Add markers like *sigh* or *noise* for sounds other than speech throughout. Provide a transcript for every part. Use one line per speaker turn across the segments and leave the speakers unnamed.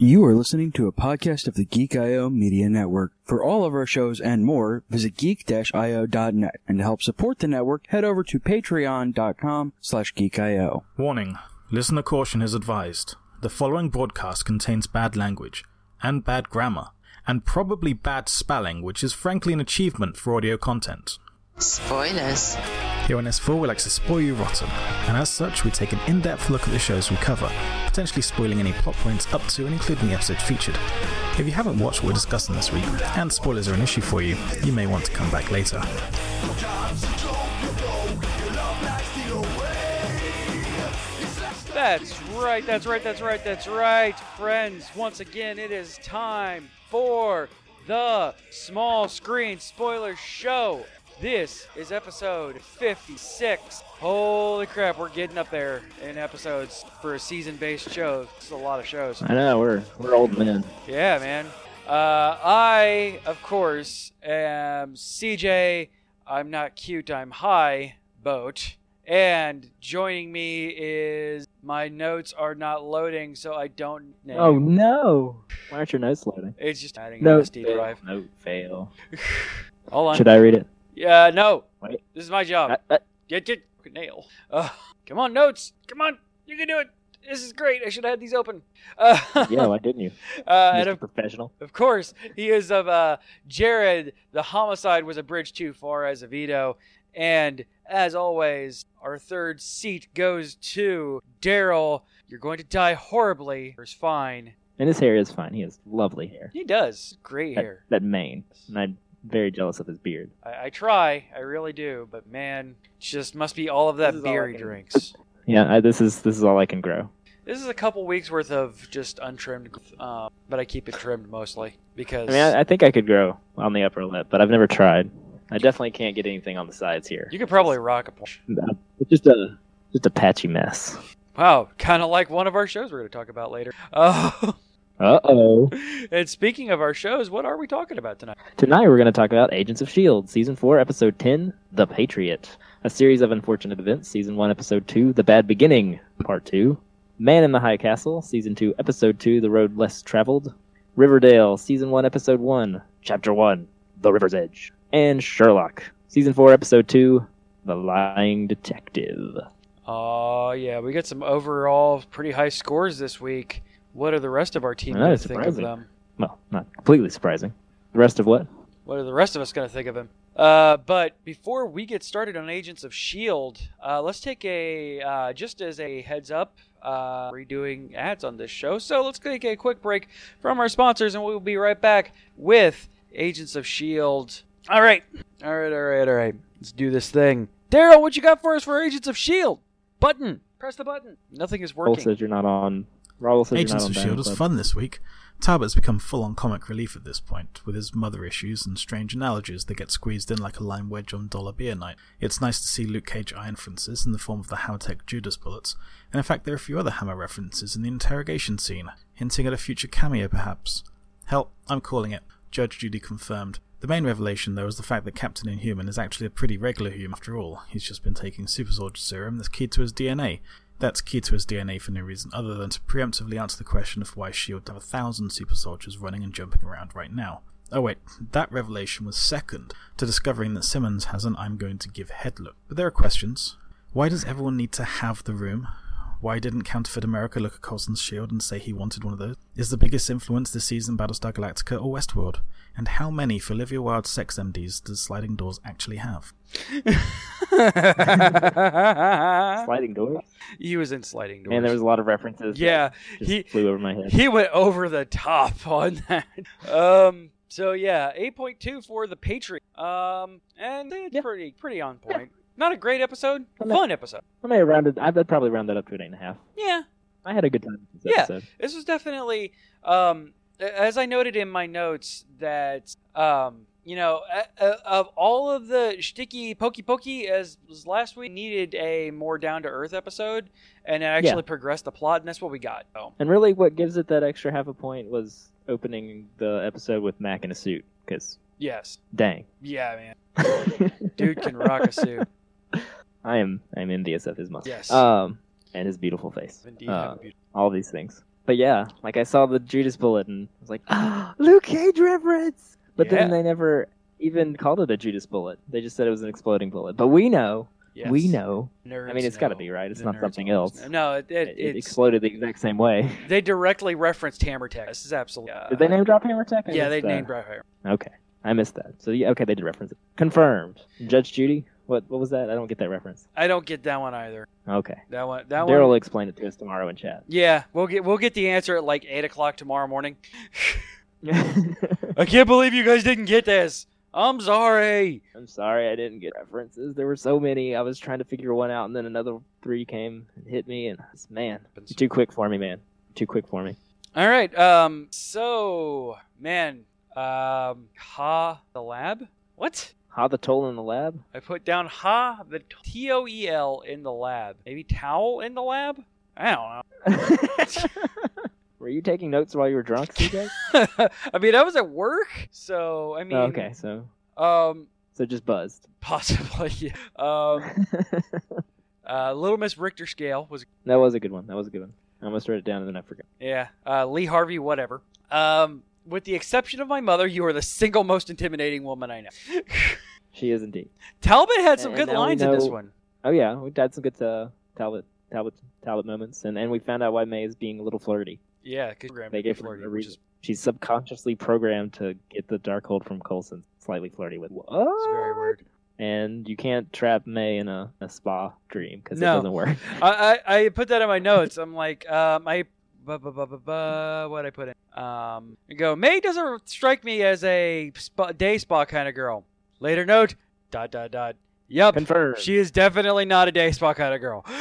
You are listening to a podcast of the Geek IO Media Network. For all of our shows and more, visit geek-io.net. And to help support the network, head over to patreon.com slash geekio.
Warning Listener caution is advised. The following broadcast contains bad language, and bad grammar, and probably bad spelling, which is frankly an achievement for audio content.
Spoilers.
Here on S4, we like to spoil you rotten, and as such, we take an in depth look at the shows we cover, potentially spoiling any plot points up to and including the episode featured. If you haven't watched what we're discussing this week, and spoilers are an issue for you, you may want to come back later.
That's right, that's right, that's right, that's right, friends. Once again, it is time for the Small Screen Spoiler Show. This is episode 56. Holy crap, we're getting up there in episodes for a season based show. It's a lot of shows.
I know we're we're old men.
Yeah, man. Uh, I, of course, am CJ. I'm not cute. I'm high boat. And joining me is my notes are not loading, so I don't. Name.
Oh no! Why aren't your notes loading?
it's just adding
No,
an SD drive.
no fail.
Hold on.
Should I read it?
Yeah, no.
Wait.
This is my job.
I, I,
Get get nail. Uh, come on, notes. Come on, you can do it. This is great. I should have had these open. Uh, *laughs*
yeah, why didn't you?
uh, and
Mr.
of
professional.
Of course, he is of uh, Jared. The homicide was a bridge too far as a veto. And as always, our third seat goes to Daryl. You're going to die horribly. It's fine.
And his hair is fine. He has lovely hair.
He does. Great
That,
hair.
that mane. And I'm very jealous of his beard.
I, I try. I really do. But man, just must be all of
This
that
is all I
beer he
can-
drinks.
Yeah, I, this is this is all I can grow.
This is a couple weeks worth of just untrimmed, um, but I keep it trimmed mostly because
I mean, I, I think I could grow on the upper lip, but I've never tried. I definitely can't get anything on the sides here.
you could probably rock a Porsche.
It's just a just a patchy mess.
Wow, kind of like one of our shows we're going to talk about later. *laughs* Oh.
Uh oh.
and speaking of our shows, what are we talking about tonight?
Tonight we're going to talk about Agents of S.H.I.E.L.D., E Season 4, Episode 10, The Patriot. A series of unfortunate events, Season 1, Episode 2, The Bad Beginning, Part 2. Man in the High Castle, Season 2, Episode 2, The Road Less Traveled. Riverdale, Season 1, Episode 1, Chapter 1, The River's Edge. And Sherlock, Season 4, Episode 2, The Lying Detective.
Oh, yeah, we got some overall pretty high scores this week. What are the rest of our team
That
going
is
to think of
surprising.
them?
Well, not completely surprising. The rest of what?
What are the rest of us going to think of him? Uh, but before we get started on Agents of S.H.I.E.L.D., uh, let's take a, uh, just as a heads up, uh, we're doing ads on this show. So let's take a quick break from our sponsors and we'll be right back with Agents of S.H.I.E.L.D. All right. E All right, all right, all right. Let's do this thing. Daryl, what you got for us for Agents of S.H.I.E.L.D.? E Button. Press the button. Nothing is
Raul
working.
*laughs* says you're not on. Raul says
Agents
you're
of
not on
S.H.I.E.L.D. was
Battle Club.
fun this week. Talbot's become full on comic relief at this point, with his mother issues and strange analogies that get squeezed in like a lime wedge on dollar beer night. It's nice to see Luke Cage eye inferences in the form of the Howtech Judas bullets, and in fact, there are a few other hammer references in the interrogation scene, hinting at a future cameo perhaps. Hell, I'm calling it. Judge Judy confirmed. The main revelation, though, is the fact that Captain Inhuman is actually a pretty regular human after all. He's just been taking Super Soldier Serum that's keyed to his DNA. That's keyed to his DNA for no reason other than to preemptively answer the question of why S.H.I.E.L.D. E have a thousand super soldiers running and jumping around right now. Oh wait, that revelation was second to discovering that Simmons has an I'm going to give head look. But there are questions. Why does everyone need to have the room? Why didn't Counterfeit America look at Coulson's shield and say he wanted one of those? Is the biggest influence this season Battlestar Galactica or Westworld? And how many for Olivia Wilde's sex MDs does Sliding Doors actually have?
Sliding doors?
*laughs* he was in sliding doors.
Man, there was a lot of references. that
yeah,
just
he
flew over my head.
he went over the top *laughs* on that. Um. So yeah, eight point two for the Patriot. Um, and it's
Yeah.
pretty pretty on point. Not a great episode,
Come on.
fun episode.
I may have rounded. I'd I'd probably round that up to an eight and a half.
Yeah,
I had a good time with this
Yeah.
episode.
this was definitely um a- as I noted in my notes that um you know a- a- of all of the sticky pokey pokey as was last week needed a more down to earth episode and it actually progressed the plot and that's what we got. So
And really, what gives it that extra half a point was opening the episode with Mac in a suit. Because
yes,
dang,
yeah, man, *laughs* dude can rock a suit.
*laughs* I am I'm envious of his muscle.
Yes.
Um, and his beautiful face.
Indeed,
Uh,
have a beautiful-
all these things. But yeah, like I saw the Judas Bullet and I was like, ah, Luke Cage reference. But then
Yeah.
they never even called it a Judas Bullet. They just said it was an exploding bullet. But we know,
Yes.
we know.
Nerds
I mean, it's got to
know.
be right. It's
The
not
nerds
something
always
else.
know. No, it, it,
It, it
it's
exploded the exact same way. *laughs*
they directly referenced Hammer Tech. This is absolutely. Uh,
Did they name uh, drop Hammer Tech? I
Yeah, they
missed that.
named Bright Fire.
Okay, I missed that. So yeah, okay, they did reference it. Confirmed. Judge Judy. What what was that? I don't get that reference.
I don't get that one either.
Okay,
That one. That
Daryl will
one.
explain it to us tomorrow
*laughs*
in chat.
Yeah, we'll get we'll get the answer at like eight o'clock tomorrow morning. I can't believe you guys didn't get this. I'm sorry.
I'm sorry I didn't get references. There were so many. I was trying to figure one out, and then another three came and hit me, and man, you're too quick for me, man. You're Too quick for me.
All right. Um. So, man. Um. Ha the lab. What?
How the toll in
*laughs*
the lab?
I put down ha the T O E L in the lab. Maybe towel in the lab. I don't know.
were you taking notes while you were drunk, CJ?
*laughs* I mean, I was at work, so I mean.
Oh, okay, so
Um. *laughs*
so just buzzed.
Possibly. yeah. Um. Uh. Little Miss Richter scale was.
*laughs* that was a good one. That was a good one. I almost wrote it down and then I forgot.
Yeah. Uh. Lee Harvey. Whatever. Um. With the exception of my mother, you are the single most intimidating woman I know.
She is indeed.
Talbot had some
And
good
now we
lines in this
know-
one.
Oh yeah, we had some good uh, Talbot Talbot Talbot moments, and and we found out why May is being a little flirty.
Yeah, because programmed
They
to be
gave her
flirty,
a
which is
reason. She's subconsciously programmed to get the Darkhold from Coulson. Slightly flirty with what?
it's very weird.
And you can't trap May in a, a spa dream because
No.
it doesn't work.
I, I I put that in my notes. I'm like, um, I bu- bu- bu- bu- bu- what I put in. Um, I go May doesn't strike me as a spa, day spa kind of girl. Later note. Dot dot dot. Yup,
Confirmed.
she is definitely not a day spa kind of girl.
*laughs*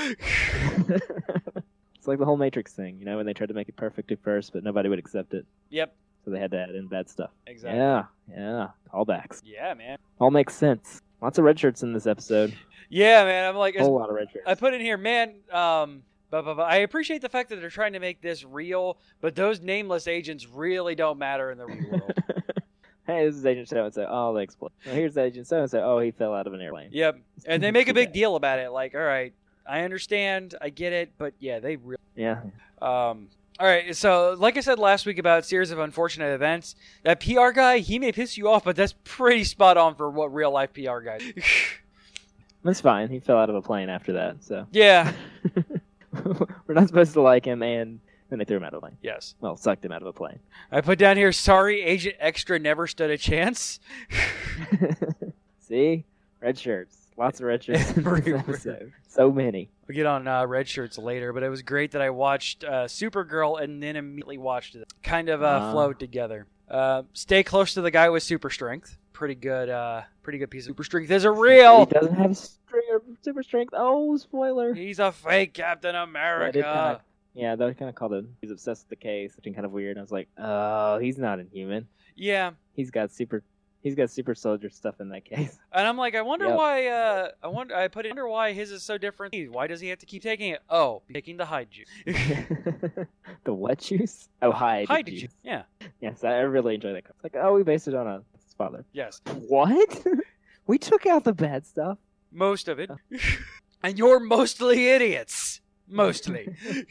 *gasps*
it's like the whole Matrix thing, you know, when they tried to make it perfect at first, but nobody would accept it,
yep,
so they had to add in bad stuff.
exactly.
Yeah, yeah, callbacks.
Yeah. man.
All makes sense. Lots of red shirts in this episode.
Yeah, man. I'm like,
A
as
whole lot of red shirts.
I put in here, man. Um, blah, blah, blah. I appreciate the fact that they're trying to make this real, but those nameless agents really don't matter in the real
*laughs*
world.
hey, this is Agent So and So. Oh, they explode. Well, here's Agent So and So. Oh, he fell out of an airplane.
yep, and they make a
Too
big
bad.
deal about it. Like, all right, I understand, I get it, but yeah, they really.
Yeah.
Um, all right, so like I said last week about series of unfortunate events, that PR guy he may piss you off, but that's pretty spot on for what real life PR guys.
That's fine. He fell out of a plane after
*laughs*
that, so. *laughs*
yeah.
We're not supposed to like him, and then they threw him out of a plane.
Yes.
Well, sucked him out of a plane. *laughs*
I put down here. Sorry, Agent Extra never stood a chance.
See? Red shirts. Lots of red shirts. *laughs* in
*laughs*
this
Everywhere.
episode. So many.
We'll get on uh, red shirts later, but it was great that I watched uh, Supergirl and then immediately watched it. Kind of uh,
Ah.
flowed together. Uh, stay close to the guy with super strength. Pretty good. Uh, pretty good piece of super strength. There's a
He
real.
doesn't have str- super strength. Oh, spoiler.
He's a fake Captain
did kinda-
America.
Yeah, that kind of called him. He's obsessed with the case, which is kind of weird. I was like, oh, he's not inhuman.
Yeah,
He's got super. He's got super soldier stuff in that
*laughs*
case. *laughs*
and I'm like, I wonder
Yep.
why. Uh, I wonder. I put it. Wonder why his is so different. Why does he have to keep taking it? Oh, taking the hide
*laughs*
juice.
the what juice? Oh, hide,
Hide
juice.
juice. Yeah.
Yes, I really enjoy that. It's like, oh, we based it on a father.
Yes.
What? *laughs* we took out the bad stuff.
Most of it.
Oh.
*laughs* and you're mostly idiots.
*laughs*
Mostly. *laughs*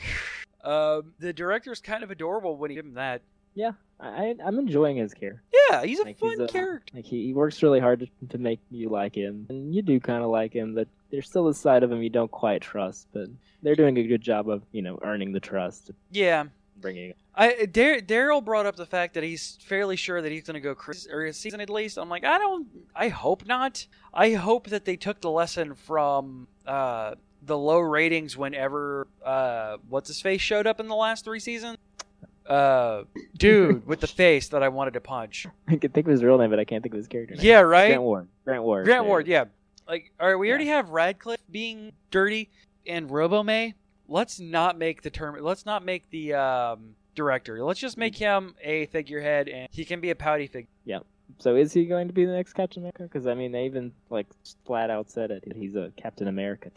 um, the director's kind of adorable when he give him that.
I, I, I'm enjoying his care.
Yeah, he's a
Like, he's
fun
a-
character.
Like he, he works really hard to, to make you like him, and you do kind of like him. But there's still a side of him you don't quite trust. But they're doing a good job of you know earning the trust, and
Yeah.
bringing.
I Dar- Daryl brought up the fact that he's fairly sure that he's going to go Chris or his season at least. I'm like, I don't. I hope not. I hope that they took the lesson from uh, the low ratings whenever uh, what's his face showed up in the last three seasons. Uh,
*laughs*
dude with the face that I wanted to punch.
*laughs* I can think of his real name, but I can't think of his character name.
Yeah, right.
Grant Ward. Grant Ward.
Grant
yeah.
Ward, yeah. Like, all right, we
Yeah.
already have Radcliffe being dirty and Robo May. Let's not make the term. Let's not make the um, director. Let's just make him a figurehead, and he can be a pouty figure.
So is he going to be the next Captain America? Because I mean, they even like flat out said it. He's a Captain America.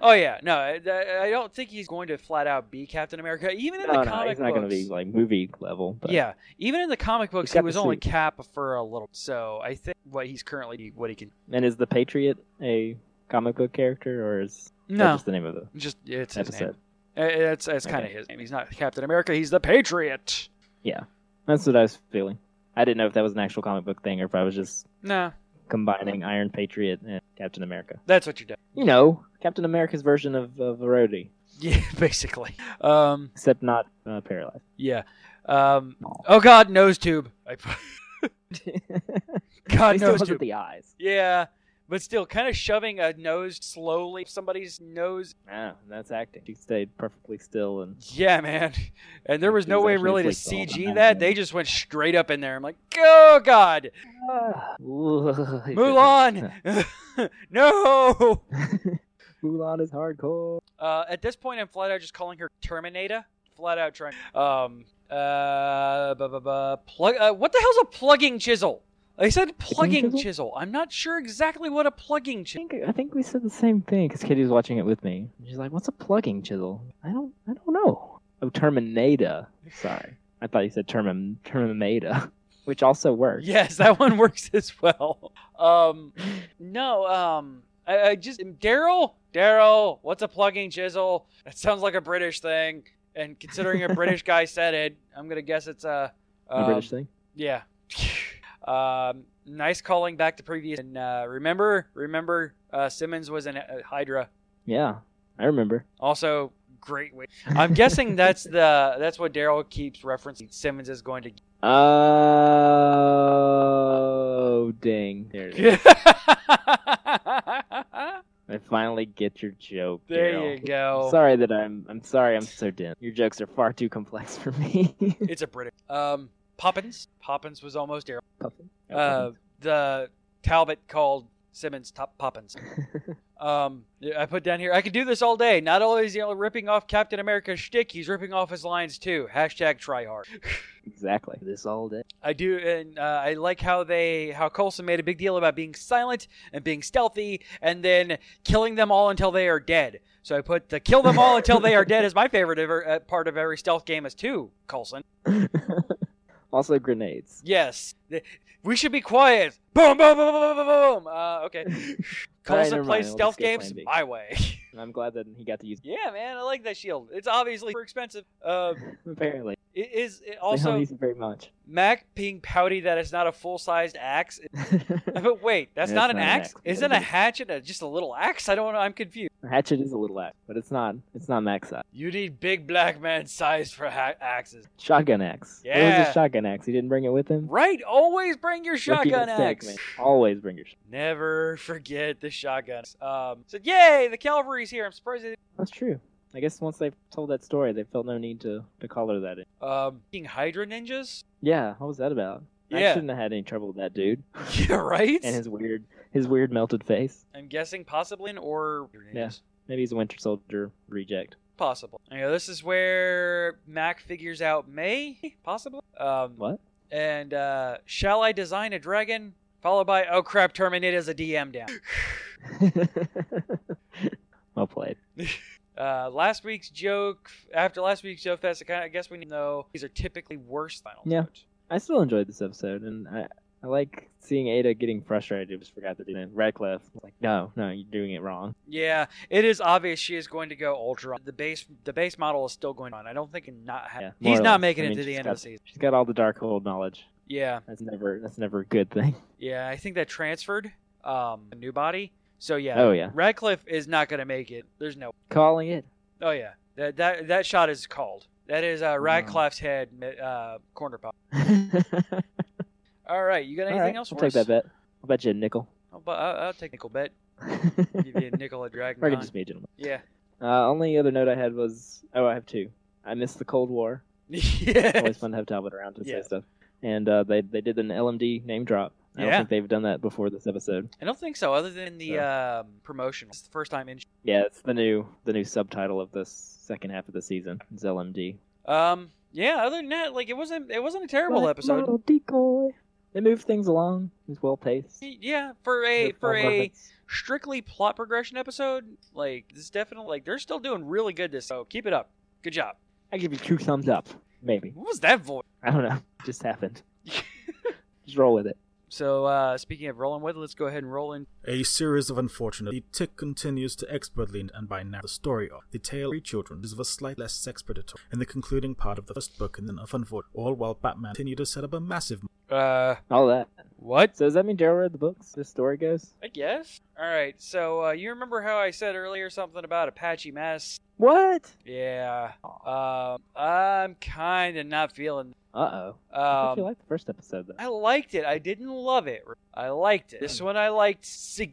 Oh yeah, no, I, I- I don't think he's going to flat out be Captain America. Even in
Oh, no,
the
no,
comic
he's not going
books,
to be like movie level. But
yeah, even in the comic books, he
got the
was only
suit.
Cap for a little. So I think what he's currently, what he can.
And is the Patriot a comic book character, or is that
No,
just the name of the
just it's his name.
episode?
Eh, That's that's kind of his name. He's not Captain America. He's the Patriot.
That's what I was feeling. I didn't know if that was an actual comic book thing or if I was just
Nah,
combining Iron Patriot and Captain America.
that's what you do.
You know, Captain America's version of, of Rhodey, *laughs*
Yeah, basically. Um,
except not
*laughs*
uh, paralyzed.
yeah. Um, oh God, nose tube. I put- *laughs*
At
God
least it
nose
wasn't
tube.
the eyes.
Yeah, but still, kind of shoving a nose slowly up somebody's nose.
No, that's acting. She stayed perfectly still and
Yeah, man. And there was
She
no
was
way
actually
really to
flicked all the
CG
time,
that.
yeah.
They just went straight up in there. I'm like, oh God, *laughs*
*laughs*
Mulan. no.
Mulan is hardcore.
Uh, at this point, I'm flat out just calling her Terminator. Flat out trying. Um. Uh. Bu- bu- bu- plug. Uh, what the hell's a plugging chisel? I said plugging
chisel?
chisel. I'm not sure exactly what a plugging
I
chisel.
think, I think we said the same thing because Kitty was watching it with me. She's like, "What's a plugging chisel?" I don't, I don't know. Oh, Terminator. Sorry, I thought you said Termin Terminator, *laughs* which also works.
Yes, that one *laughs* works as well. Um. No. Um. I, I just Daryl. Daryl. What's a plugging chisel? That sounds like a British thing. And considering a British guy said it, I'm gonna guess it's a.
A
um,
British thing.
Yeah. *laughs* um, nice calling back to previous. And uh, remember, remember, uh, Simmons was in uh, Hydra.
Yeah, I remember.
Also, great. Way- I'm
*laughs*
guessing that's the that's what Daryl keeps referencing. Simmons is going to.
Oh, dang! There it is.
*laughs*
I finally get your joke.
there
Daryl.
you go.
*laughs* Sorry that I'm. I'm sorry. I'm so dense. Your jokes are far too complex for
*laughs*
me.
It's a British. Um, Poppins. Poppins was almost Daryl.
Puffin?
Uh, the Talbot called Simmons top Poppins. Um, I put down here. I could do this all day. Not only is he ripping off Captain America's shtick, he's ripping off his lines too. Hashtag try hard.
*laughs* exactly. This all day.
I do, and uh, I like how they how Coulson made a big deal about being silent and being stealthy, and then killing them all until they are dead. So I put the kill them all until they are dead is my favorite ever, uh, part of every stealth game is too Coulson.
*laughs* also grenades.
Yes, Th- we should be quiet. Boom, boom, boom, boom, boom, boom. boom. Uh,
*laughs*
okay,
Alright,
Coulson
never mind.
plays
We'll
stealth
just go plan
games
B.
my way.
And I'm glad that he got to use. *laughs*
Yeah, man, I like that shield. It's obviously super expensive. Uh,
Apparently,
it is it
they don't
also
use it
*laughs*
very much. *laughs*
Mac being pouty that it's not a full-sized axe. *laughs* But wait, that's
Yeah,
not
it's
an
not an
axe.
axe.
Isn't a hatchet a, just a little axe? I don't know. I'm confused.
Hatchet is a little axe, but it's not. It's not max size.
You need big black man size for ha- axes,
Shotgun axe. It was
Yeah.
a shotgun axe. He didn't bring it with him.
right? Always bring your
Rookie
shotgun
mistake,
axe.
man. Always bring your. Sh-
Never forget the shotgun. Um, so yay, the cavalry's here. I'm surprised. They-
That's true. I guess once they've told that story, they felt no need to to color that in.
um, being Hydra ninjas. *laughs*
Yeah, what was that about? I
Yeah.
shouldn't have had any trouble with that dude
Yeah, right.
and his weird, his weird melted face.
I'm guessing possibly an or
Yeah. Maybe he's a Winter Soldier reject.
Possible. You know, this is where Mac figures out May, *laughs* possibly. Um,
What? *laughs*
And uh, shall I design a dragon? Followed by, oh crap, Terminator's a DM down.
well played.
Uh, last week's joke, after last week's joke fest, I, kinda, I guess we know these are typically worse final
Yeah.
notes.
I still enjoyed this episode, and I, I like seeing Ada getting frustrated. I just forgot to do that. Radcliffe was like, no, no, you're doing it wrong.
Yeah, it is obvious she is going to go ultra. The base, the base model is still going on. I don't think it not. Ha-
Yeah, more
he's
or
not
less.
making
I
it
mean,
to the
she's
end
got-
of the season.
She's got all the Darkhold knowledge.
Yeah,
That's never, that's never a good thing. *laughs*
yeah. I think that transferred um, a new body. So yeah,
Oh yeah,
Radcliffe is not going to make it. There's no.
calling it. *laughs*
Oh yeah, that that that shot is called. That is uh,
Mm.
Radcliffe's head uh, corner pop. All right, you got anything
All right,
else?
I'll
for
take
us?
that bet. I'll bet you a nickel.
I'll, bu- I'll, I'll take nickel bet.
*laughs*
Give you a nickel a dragon.
Or it could
con.
just be a gentleman.
Yeah.
Uh, only other note I had was oh, I have two. I missed the Cold War.
yeah. *laughs*
Always fun to have Talbot around to
Yeah.
say stuff. And uh, they they did an LMD name drop. I
Yeah.
don't think they've done that before this episode.
I don't think so. Other than the um, promotion, it's the first time in.
Yeah, it's the new the new subtitle of this second half of the season. It's LMD.
Um. Yeah. Other than that, like it wasn't it wasn't a terrible
Black
episode.
Model decoy. They move things along. It's well paced.
Yeah. For a for a strictly plot progression episode, like this is definitely like they're still doing really good. This so keep it up. Good job.
I give you two thumbs up. Maybe
What was that voice? *laughs*
I don't know. Just happened. Just roll with it.
So uh, speaking of rolling with, let's go ahead and roll in.
A series of unfortunate. The tick continues to expertly, and by now the story of the tale of three children is of a slight less sex predator in the concluding part of the first book, and then of unfortunate. All while Batman continued to set up a massive.
Uh,
All that.
what?
So does that mean Daryl read the books? This story goes.
I guess. All right. So uh, you remember how I said earlier something about Apache Mess?
What?
Yeah. Um, I'm kind of not feeling.
Uh oh. you
Um,
liked the first episode though.
I liked it. I didn't love it. I liked it.
Hmm.
This one I liked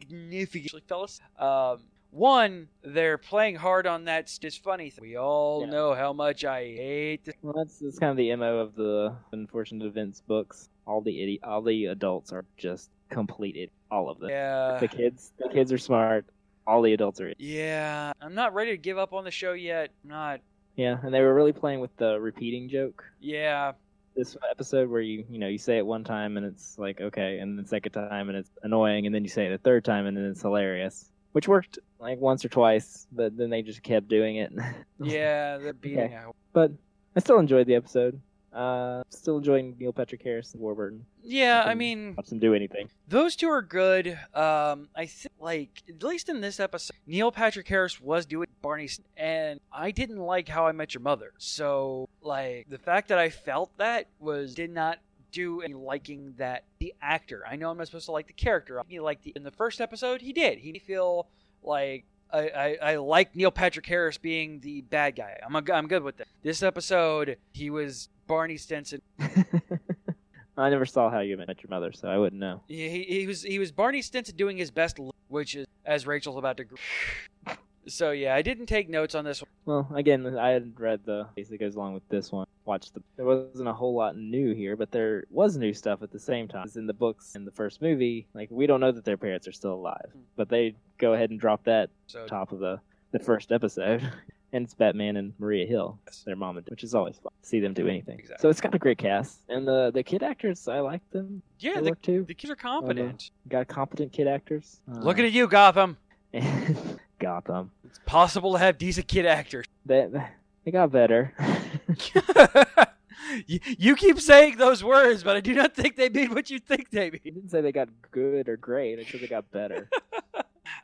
significantly, fellas. Um, one, they're playing hard on that s- just funny thing. We all
Yeah.
know how much I hate this.
Well, that's, that's kind of the mo of the unfortunate events books. All the idi- all the adults are just complete id- all of them.
Yeah.
The kids, the kids are smart. All the adults are. id-
Yeah. I'm not ready to give up on the show yet. I'm not.
Yeah, and they were really playing with the repeating joke. *laughs*
Yeah.
This episode where you you know you say it one time and it's like okay, and then second time and it's annoying, and then you say it a third time and then it's hilarious, which worked like once or twice, but then they just kept doing it. *laughs*
Yeah. They're beating
Okay.
out.
but I still enjoyed the episode. Uh, still enjoying Neil Patrick Harris and Warburton.
Yeah. I
Nothing-
mean.
Watch them do anything.
Those two are good. Um, I think, like, at least in this episode, Neil Patrick Harris was doing Barney, S- and I didn't like How I Met Your Mother. So, like, the fact that I felt that was did not do any liking that the actor. I know I'm not supposed to like the character. He liked the in the first episode. He did. He made me feel like. I, I, I like Neil Patrick Harris being the bad guy. I'm a, I'm good with that. This episode, he was Barney Stinson.
*laughs* I never saw How You Met Your Mother, so I wouldn't know.
Yeah, he, he was he was Barney Stinson doing his best, l- which is as Rachel's about to. Gr- so yeah, I didn't take notes on this one.
Well, again, I had read the piece that goes along with this one. Watched the. There wasn't a whole lot new here, but there was new stuff at the same time. It's in the books in the first movie. Like we don't know that their parents are still alive, but they go ahead and drop that
So
top of the the first episode. *laughs* And it's Batman and Maria Hill, their mom and dad, which is always fun. to See them do anything.
Exactly.
So it's got a great cast, and the the kid actors, I like them.
yeah,
they
the,
work too.
the kids are competent.
Got competent kid actors.
Looking
*laughs*
at you, Gotham.
it. Gotham.
It's possible to have decent kid
*laughs*
actors. *laughs*
They they got *laughs* better.
you, you keep saying those words, but I do not think they mean what you think they mean.
You didn't say they got good or great. I said they got *laughs* better.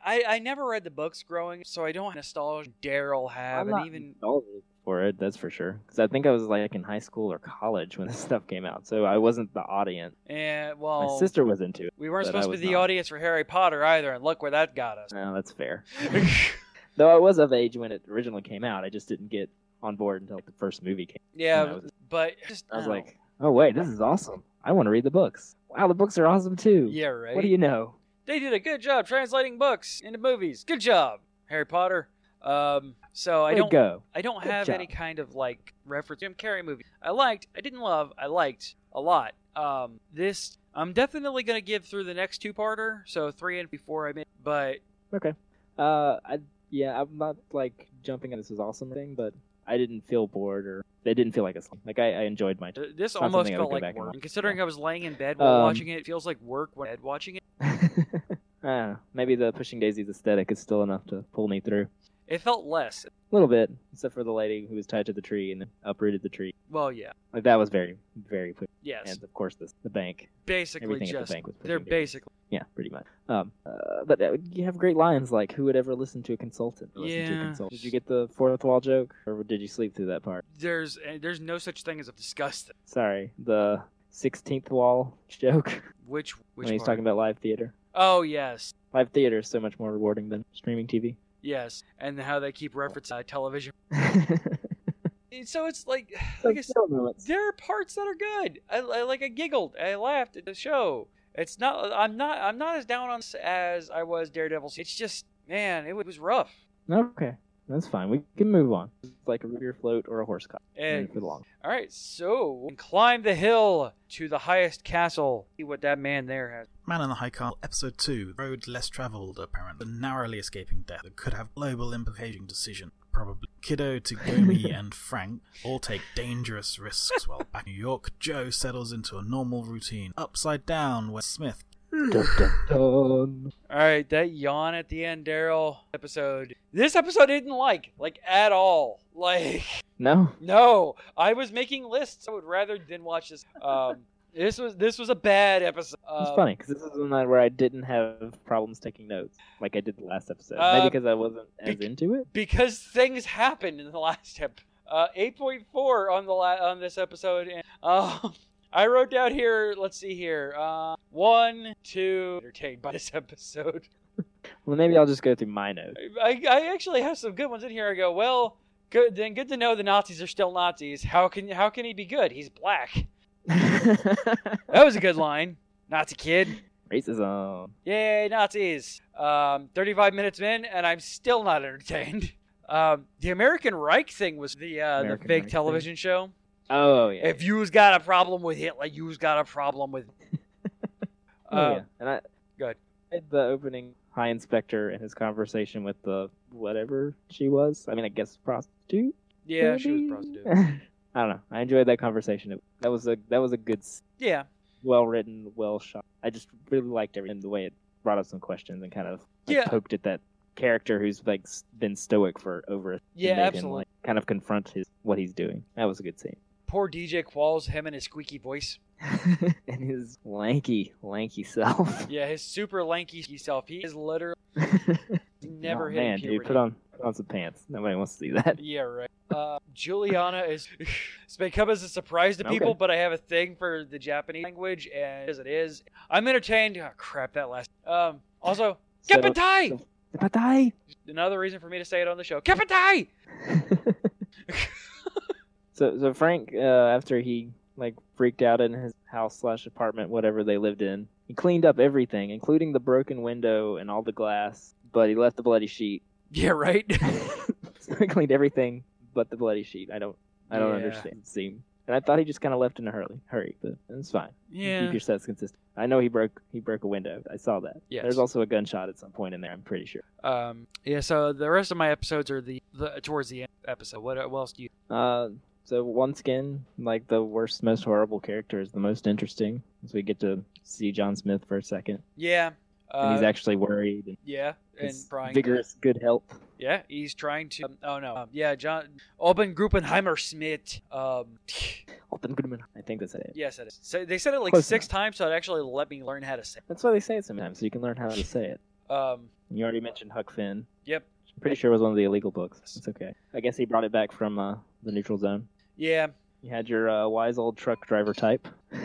I, I never read the books growing, so I don't have nostalgia Daryl have,
I'm
and
not
even
nostalgic for it, that's for sure. Because I think I was like in high school or college when *laughs* this stuff came out, so I wasn't the audience.
and eh,
My
well,
sister was into it.
we weren't
but I
supposed to be
was
the
not.
audience for Harry Potter either, and look where that got
*laughs*
us. *laughs*
No, that's fair. Though I was of age when it originally came out, I just didn't get on board until the first movie came.
yeah,
And I was-
but just, uh,
I was
don't know.
like, oh wait, this is awesome. I want to read the books. Wow, the books are awesome too.
Yeah, right.
What do you know?
They did a good job translating books into movies. Good job, Harry Potter. Um, so I
Way to
don't,
go.
I don't
Good
have
job.
any kind of like reference Jim Carrey movie. I liked, I didn't love, I liked a lot. Um, this I'm definitely gonna give through the next two parter, so three and before I made, but
Okay. Uh, I yeah, I'm not like jumping at this is awesome thing, but I didn't feel bored or they didn't feel like it's like I, I
*laughs*
enjoyed my.
th- this
Not
almost
something I
felt
would go
like
back and
work.
watch.
And considering I was laying in bed while
Um,
watching it, it feels like work when bed watching it.
I don't know. Maybe the pushing daisies aesthetic is still enough to pull me through
It felt less.
a little bit, except for the lady who was tied to the tree and uprooted the tree.
Well, yeah,
Like that was very very quick,
yes,
and of course this the bank.
basically
Everything at
just
the bank was pushing
they're
daisies.
basically.
Yeah, pretty much. Um, uh, but uh, you have great lines like, "Who would ever listen to a consultant?" or listen to a
Yeah.
consultant? Did you get the fourth wall joke, or did you sleep through that part?
There's eh, there's no such thing as a disgusting.
Sorry, the sixteenth wall *laughs* joke.
Which which
when he's
part?
talking about live theater.
Oh yes,
Live theater is so much more rewarding than
*laughs*
streaming TV.
yes, and how they keep referencing uh, television. And So it's like, *sighs* like I
Those
said,
little moments.
there are parts that are good. I, I like I giggled, I laughed at the show. It's not I'm not I'm not as down on this as I was Daredevil. It's just man, it was rough.
Okay, that's fine. We can move on. It's like a river float or a horse cop.
And
for the long.
all right, so climb the hill to the highest castle. See what that man there has.
Man in the High Castle, Episode 2, Road Less Traveled, apparently, but narrowly escaping death that could have global implication decision, probably. Kiddo, Tagomi, and Frank all take dangerous risks while back in New York, Joe settles into a normal routine, upside down, where Smith
Dun, dun, dun.
All right, that yawn at the end, Daryl episode. This episode I didn't like like at all. *laughs* Like
No,
No, I was making lists. I would rather than watch this. Um, This was this was a bad episode.
It's
Uh,
funny because this is one where I didn't have problems taking notes like I did the last episode.
Uh,
Maybe because I wasn't as
bec-
into it.
because things happened in the last ep. Uh, 8.4 on the la- on this episode. And, um, *laughs* I wrote down here. Let's see here. Uh, one, two. Entertained by this episode. *laughs*
Well, maybe I'll just go through my notes.
I, I actually have some good ones in here. I go well. Good then. Good to know the Nazis are still Nazis. How can how can he be good? He's black. That was a good line. Nazi kid.
Racism.
Yay, Nazis! Um, 35 minutes in, and I'm still not entertained. *laughs* Um, the American Reich thing was the uh, the
American
fake
Reich
television show.
Oh yeah.
If you's got a problem with Hitler, you's got a problem with.
Oh,
Uh,
yeah. And I
go ahead.
I had the opening high inspector and his conversation with the whatever she was. I mean, I guess prostitute.
yeah, she was
maybe?
prostitute.
*laughs* I don't know. I enjoyed that conversation. It- That was a that was a good, s-
Yeah,
well written, well shot. I just really liked everything the way it brought up some questions and kind of like,
Yeah.
poked at that character who's like s- been stoic for over. A, and
yeah,
made him,
absolutely.
like, kind of confront his what he's doing. That was a
*laughs*
good scene. *laughs*
Poor DJ Qualls, him and his squeaky voice.
and his lanky,
*laughs*
lanky self.
Yeah, his super lanky self. He is literally never
Oh,
hit
man,
puberty.
dude, put on put on some pants. Nobody wants to
*laughs*
see that.
Yeah, right. Uh, Juliana
*laughs*
is. It's may come as a surprise to people,
Okay.
but I have a thing for the Japanese language, and as it is, I'm entertained. Oh, crap, that last. Um,
*laughs*
also,
So-
Kepatai!
so- Kepatai!
Another reason for me to say it on the show. Kepatai!
*laughs* so so Frank, uh, after he like freaked out in his house slash apartment, whatever they lived in, he cleaned up everything, including the broken window and all the glass. But he left the bloody sheet. *laughs*
Yeah, right?
so he cleaned everything but the bloody sheet. I don't I don't
Yeah.
understand. It seemed. And I thought he just kind of left in a hurry, hurry, but it's fine. You
*laughs*
Keep
Yeah.
your sets consistent. I know he broke he broke a window. I saw that.
Yes.
There's also a gunshot at some point in there. I'm pretty sure.
Um, yeah, so the rest of my episodes are the, the towards the end episode. What, what else do you.
Uh, so once again, like the worst, most horrible character is the most interesting, as we get to see John Smith for a second,
Yeah. Uh,
and he's actually worried and,
yeah, and
he's
trying.
vigorous, good help.
Yeah, he's trying to. Um, oh, no. Um, yeah, John. Oben Gruppenheimer Schmidt. Um,
I think that's it.
Yes, it is. So they said it like
Close
six times, so it actually let me learn how to say.
That's why they say it sometimes, so you can learn how to say it.
It. Um,
And you already mentioned Huck Finn.
Yep.
which I'm pretty sure was one of the illegal books. It's okay. I guess he brought it back from uh, the neutral zone.
yeah,
You had your uh, wise old truck driver type, *laughs*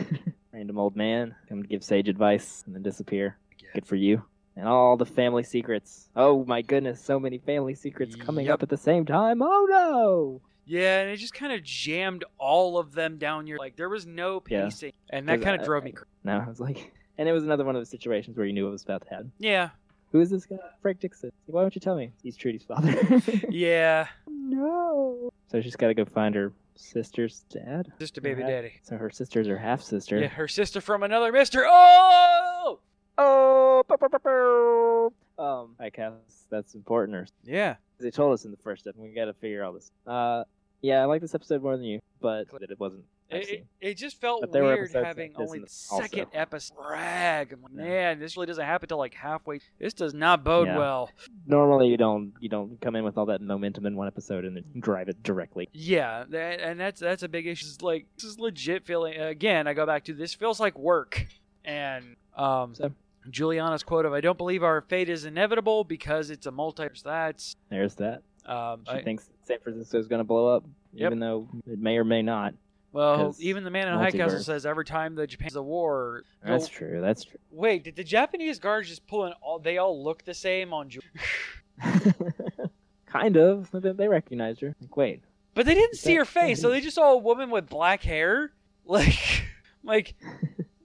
random old man, come to give sage advice and then disappear.
Yeah.
Good for you. And all the family secrets. Oh my goodness, so many family secrets coming
Yep.
up at the same time. Oh
yeah, and it just kind of jammed all of them down your like. There was no
Yeah.
pacing, and that
'Cause
kind of
I-
drove
I-
me. Crazy.
no! No, I was like, *laughs* and it was another one of those situations where you knew it was about to happen.
Yeah,
Who is this guy? Frank Dixon. Why don't you tell me? He's Trudy's
*laughs*
father. *laughs*
yeah,
no. So she's got to go find her sister's dad.
just a baby
Yeah.
daddy.
So her sister's her half sister.
Yeah, her sister from another Mister. Oh,
Oh, bow, bow, bow, bow. um, I guess that's important. Or
yeah,
they told us in the first step, we got to figure all this. Uh, yeah, I like this episode more than you, but that it wasn't. I've
it, it,
seen.
it just felt
But there were
weird
episodes
having
like this
only
in
the
the- also.
second episode. Rag, I'm like,
Yeah.
man, this really doesn't happen till like halfway. This does not bode
Yeah.
well.
Normally, you don't you don't come in with all that momentum in one episode and then drive it directly.
Yeah, that, and that's that's a big issue. It's like this is legit feeling. Again, I go back to this feels like work. And um,
So-
Juliana's quote of "I don't believe our fate is inevitable because it's a multi." That's
There's that.
um,
She
I-
thinks San Francisco's going to blow up,
Yep.
even though it may or may not.
well,
'cause
even the man in the High Castle
multiverse.
says every time the Japan's a war.
That's
go-
true. That's true. *laughs*
Wait, did the Japanese guards just pull in all? They all look the same on Ju-
kind of. They- They recognized her. Like, wait,
but they didn't
Is
see
that-
her face, so they just saw a woman with black hair. *laughs* Like, like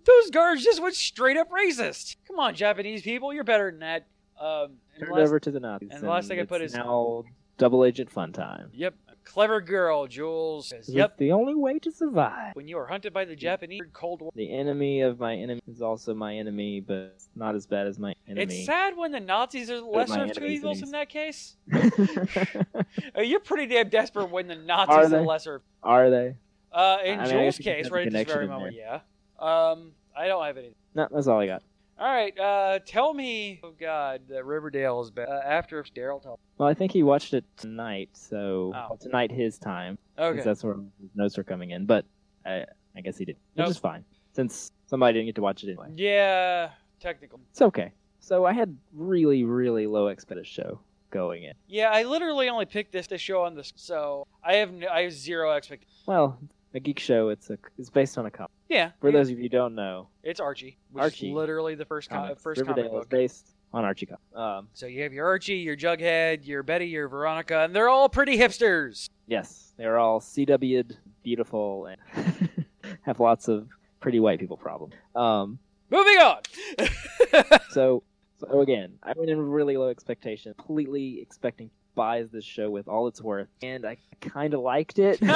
those guards just went straight up racist. Come on, Japanese people, you're better than that. Um, and
turn
last-
it over to the Nazis.
and the last thing I
it's
put is-
now double agent fun time.
Yep, clever girl, Jules. Says,
It's
Yep.
the only way to survive.
When you are hunted by the Japanese during Cold War,
The enemy of my enemy is also my enemy, but it's not as bad as my
it's
enemy.
sad when the Nazis are the
But
lesser
my
of two
enemy's
evils.
enemies.
In that case, Uh, you're pretty damn desperate when
*laughs*
the Nazis
Are
are the
they?
lesser.
*laughs* Are they?
Uh, in
I mean, I
Jules'
guess you could
case,
have
right
the
at this
connection
very
in
moment, yeah. Um, I don't have anything.
No, that's all I got.
All right, uh, tell me. Oh God, that Riverdale is back. Uh, after Daryl tells.
Well, I think he watched it tonight,
Oh.
so well, tonight his time, 'cause
Okay.
that's where his notes are coming in. But I, I guess he did, which
Nope.
is fine. since somebody didn't get to watch it anyway.
Yeah, technical.
It's okay. So I had really, really low expectations show going in.
Yeah, I literally only picked this to show on this, so I have no, I have zero expectations.
Well, a geek show. It's a it's based on a comic.
Yeah,
For
yeah.
those of you who don't know,
it's Archie, which
Archie.
is literally the first com-
comics,
first
Riverdale
comic book.
is based on Archie comics. Um,
So you have your Archie, your Jughead, your Betty, your Veronica, and they're all pretty hipsters.
yes, they're all CW'd, beautiful, and *laughs* have lots of pretty white people problem. Um,
Moving
*laughs*
on. *laughs*
so so again, I went in with really low expectation, completely expecting to buys this show with all it's worth, and I kind of liked
*laughs*
it, *laughs* and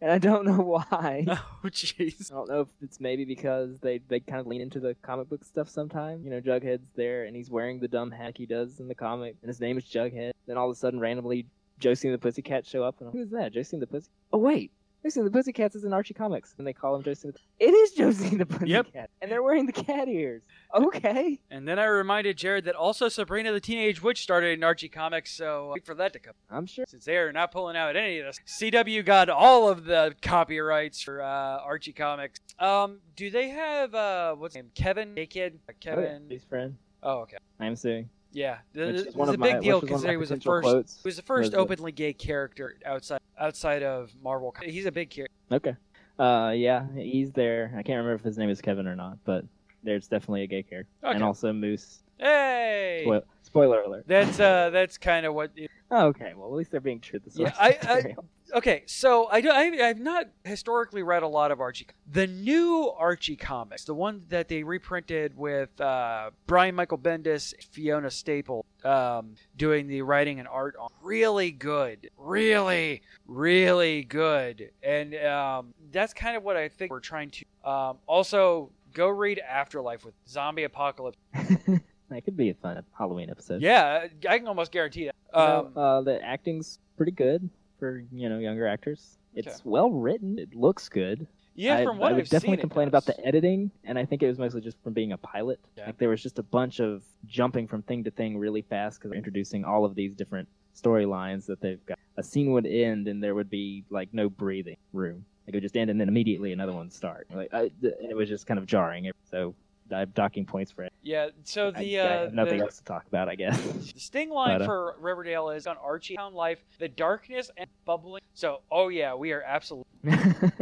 I don't know why.
oh jeez.
I don't know if it's maybe because they, they kind of lean into the comic book stuff sometimes. You know, Jughead's there and he's wearing the dumb hat he does in the comic, and his name is Jughead. Then all of a sudden, randomly, Josie and the Pussycats show up, and I'm, who's that? Josie and the Pussy? Oh wait, Josie and the Pussycats is in Archie Comics, and they call him Josie. And the... It is Josie and the Pussycat, and they're wearing the cat ears. Okay,
And then I reminded Jared that also Sabrina the Teenage Witch started in Archie Comics, so wait for that to come.
I'm sure.
Since they are not pulling out any of this, CW got all of the copyrights for uh, Archie Comics. Um, do they have uh, what's his name? Kevin, Hey Kid, Uh, Kevin.
his friend.
oh okay,
I'm suing.
yeah.
Which
This
is
is
one
a
of
big
my-
deal
which is one of
because
my
he was the
potential
first.
quotes.
He was the first
Was it-
openly gay character outside outside of Marvel. He's a big character.
Okay. Uh, yeah, he's there. I can't remember if his name is Kevin or not, but there's definitely a gay character,
Okay.
and also Moose.
Hey.
Spoil- spoiler alert.
That's uh, that's kind of what. It,
Oh, okay, well at least they're being true this
Yeah,
way.
I- I- okay, so I do. I, I've not historically read a lot of Archie. The new Archie comics, the one that they reprinted with uh, Brian Michael Bendis, Fiona Staple, um, doing the writing and art, on, really good, really, really good, and um, that's kind of what I think we're trying to. Um, also, go read Afterlife with Zombie Apocalypse.
*laughs* that could be a fun Halloween episode.
Yeah, I can almost guarantee that.
No,
Um,
uh, the acting's pretty good for you know younger actors. It's
Okay.
well written. It looks good.
yeah,
I,
from what
I would
have
definitely
seen,
complain
it
about
does.
the editing, and I think it was mostly just from being a pilot.
Yeah.
Like there was just a bunch of jumping from thing to thing really fast because they're introducing all of these different storylines that they've got. A scene would end, and there would be like no breathing room. It would just end, and then immediately another one start. Like I, th- it was just kind of jarring. So I have docking points for it.
Yeah, so
I-
the
I,
uh,
have nothing
the,
else to talk about, I guess.
The sting line
But, uh,
for Riverdale is on Archie Town Life, the darkness and bubbling. So, oh yeah, we are
*laughs*
absolutely